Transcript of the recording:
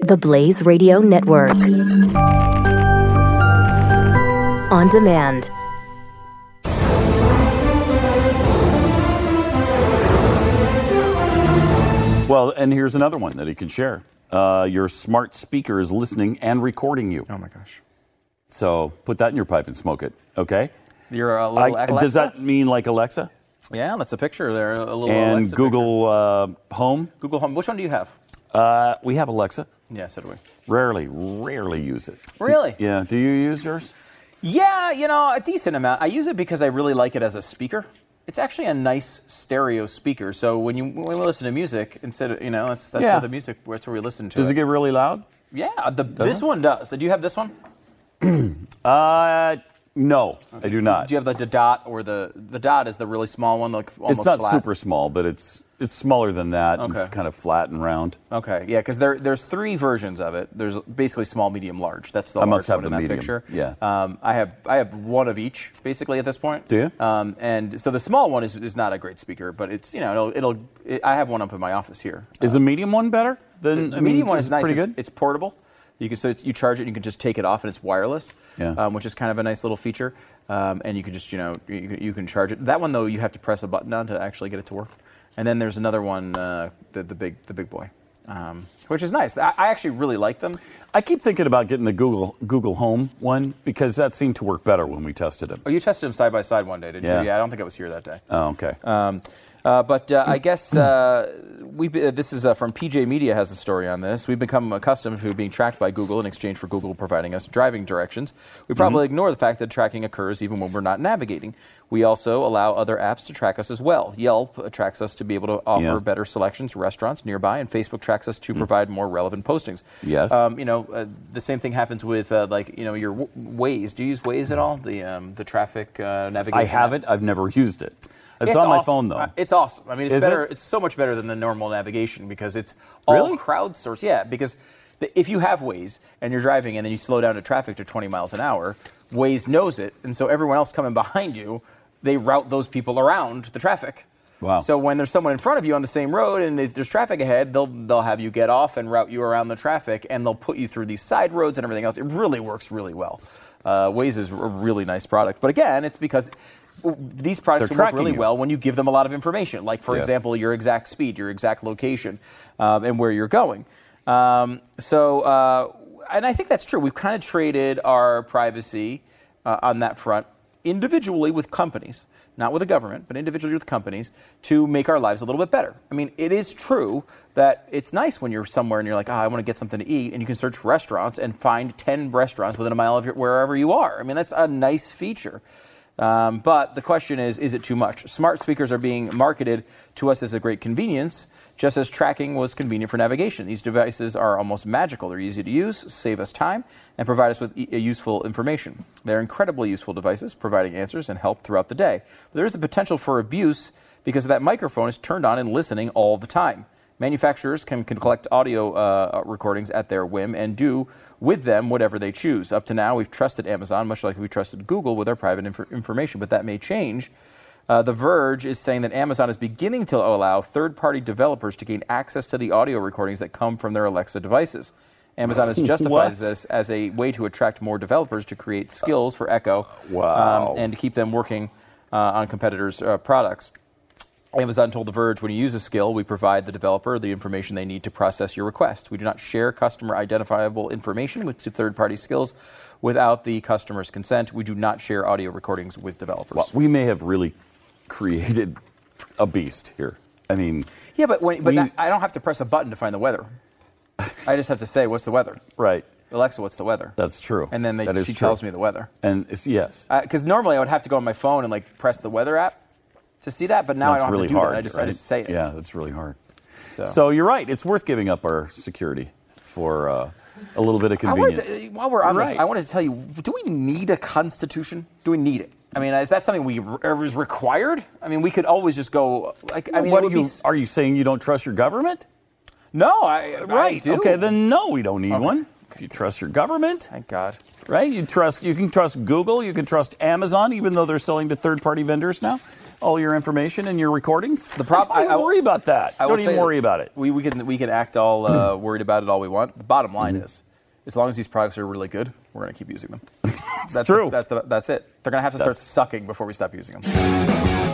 The Blaze Radio Network. On demand. Well, and here's another one that he could share. Uh, your smart speaker is listening and recording you. Oh my gosh. So put that in your pipe and smoke it, okay? You're a uh, little I- Alexa. Does that mean like Alexa? Yeah, that's a picture there. A little and Alexa Google uh, Home? picture. Google Home. Which one do you have? Uh, we have Alexa. Yeah, so do we. Rarely, rarely use it. Really? Yeah. Do you use yours? Yeah, you know, a decent amount. I use it because I really like it as a speaker. It's actually a nice stereo speaker. So when you when we listen to music, instead of you know, that's that's Yeah. where the music that's where we listen to Does it get really loud? yeah, the, this it? one does. Do you have this one? Uh, no, I do not. Do you have like the dot or the the dot is the really small one, like almost it's not flat. super small, but it's it's smaller than that. and Okay. It's kind of flat and round. Okay, yeah, because there there's three versions of it. There's basically small, medium, large. That's the I must large have one the in that medium, picture. yeah. Um, I have I have one of each basically at this point. Do you? Um, and so the small one is, is not a great speaker, but it's you know it'll, it'll it, I have one up in my office here. Is the medium one better? Than The I mean, medium one is, nice. Pretty It's, good. it's portable. You can so it's, you charge it, and you can just take it off, and it's wireless, Yeah. um, which is kind of a nice little feature. Um, and you can just you know you, can- you can charge it. That one though, you have to press a button on to actually get it to work. And then there's another one, uh, the, the big the big boy, um, which is nice. I, I actually really like them. I keep thinking about getting the Google Google Home one because that seemed to work better when we tested it. Oh, you tested them side by side one day, didn't Yeah. you? Yeah, I don't think I was here that day. Oh, okay. Um, uh, but uh, I guess uh, we uh, this is uh, from PJ Media has a story on this. We've become accustomed to being tracked by Google in exchange for Google providing us driving directions. Mm-hmm. We probably ignore the fact that tracking occurs even when we're not navigating. We also allow other apps to track us as well. Yelp uh, tracks us to be able to offer Yeah. Mm. better selections, restaurants nearby, and Facebook tracks us to provide more relevant postings. Yes. Um, you know, uh, the same thing happens with uh, like you know your w- Waze. Do you use Waze at all? The um, the traffic uh, navigation. I app? have it. I've never used it. It's, on my awesome. phone though. Uh, It's awesome. I mean, it's Is better. it? It's so much better than the normal navigation because it's all Really? crowdsourced. Yeah, because the, if you have Waze and you're driving and then you slow down to traffic to 20 miles an hour, Waze knows it, and so everyone else coming behind you, they route those people around the traffic. Wow. So when there's someone in front of you on the same road and there's, there's traffic ahead, they'll they'll have you get off and route you around the traffic, and they'll put you through these side roads and everything else. It really works really well. Uh, Waze is a really nice product, but again, it's because w- these products They're can work tracking really you. well when you give them a lot of information, like for Yeah. example, your exact speed, your exact location, um, and where you're going. Um, so, uh, and I think that's true. We've kind of traded our privacy uh, on that front individually with companies, not with the government, but individually with companies to make our lives a little bit better. I mean, it is true that it's nice when you're somewhere and you're like, ah, I want to get something to eat, and you can search restaurants and find 10 restaurants within a mile of your, wherever you are. I mean, that's a nice feature. Um, but the question is, is it too much? Smart speakers are being marketed to us as a great convenience, just as tracking was convenient for navigation. These devices are almost magical. They're easy to use, save us time, and provide us with e- useful information. They're incredibly useful devices, providing answers and help throughout the day. But there is a potential for abuse because that microphone is turned on and listening all the time. Manufacturers can, can collect audio uh, recordings at their whim and do with them whatever they choose. Up to now, we've trusted Amazon, much like we trusted Google with our private inf- information, but that may change. Uh, the Verge is saying that Amazon is beginning to allow third party developers to gain access to the audio recordings that come from their Alexa devices. Amazon has justified What? this as a way to attract more developers to create skills for Echo um, Wow. and to keep them working uh, on competitors' uh, products. Amazon told The Verge when you use a skill, we provide the developer the information they need to process your request. We do not share customer identifiable information with to third party skills without the customer's consent. We do not share audio recordings with developers. Well, we may have really created a beast here. I mean, yeah, but, when, but we- not- I don't have to press a button to find the weather. I just have to say, what's the weather? right? Alexa, what's the weather? That's true. and then they, That is she true. tells me the weather. And it's, yes, Because normally I would have to go on my phone and like press the weather app to see that, but now I that's don't really have to do hard. that. I just, I right? just say it. Yeah, that's really hard. So- So you're right. It's worth giving up our security for uh, a little bit of I wanted convenience. to, while we're on You're this, right. I wanted to tell you: Do we need a constitution? Do we need it? I mean, is that something we er, is required? I mean, we could always just go. Like, I mean, what it are would be you? s- Are you saying you don't trust your government? no, I I do. Okay. Then no, we don't need one. If you trust your government, thank God. right? You trust. You can trust Google. You can trust Amazon, even though they're selling to third-party vendors now. all your information and your recordings. The prob- I, I- I will- worry about that. I will Don't even say that worry about it. We, we can we can act all uh, Hmm. worried about it all we want. The bottom line is, as long as these products are really good, we're going to keep using them. that's true. The, that's the, that's it. They're going to have to start That's- sucking before we stop using them.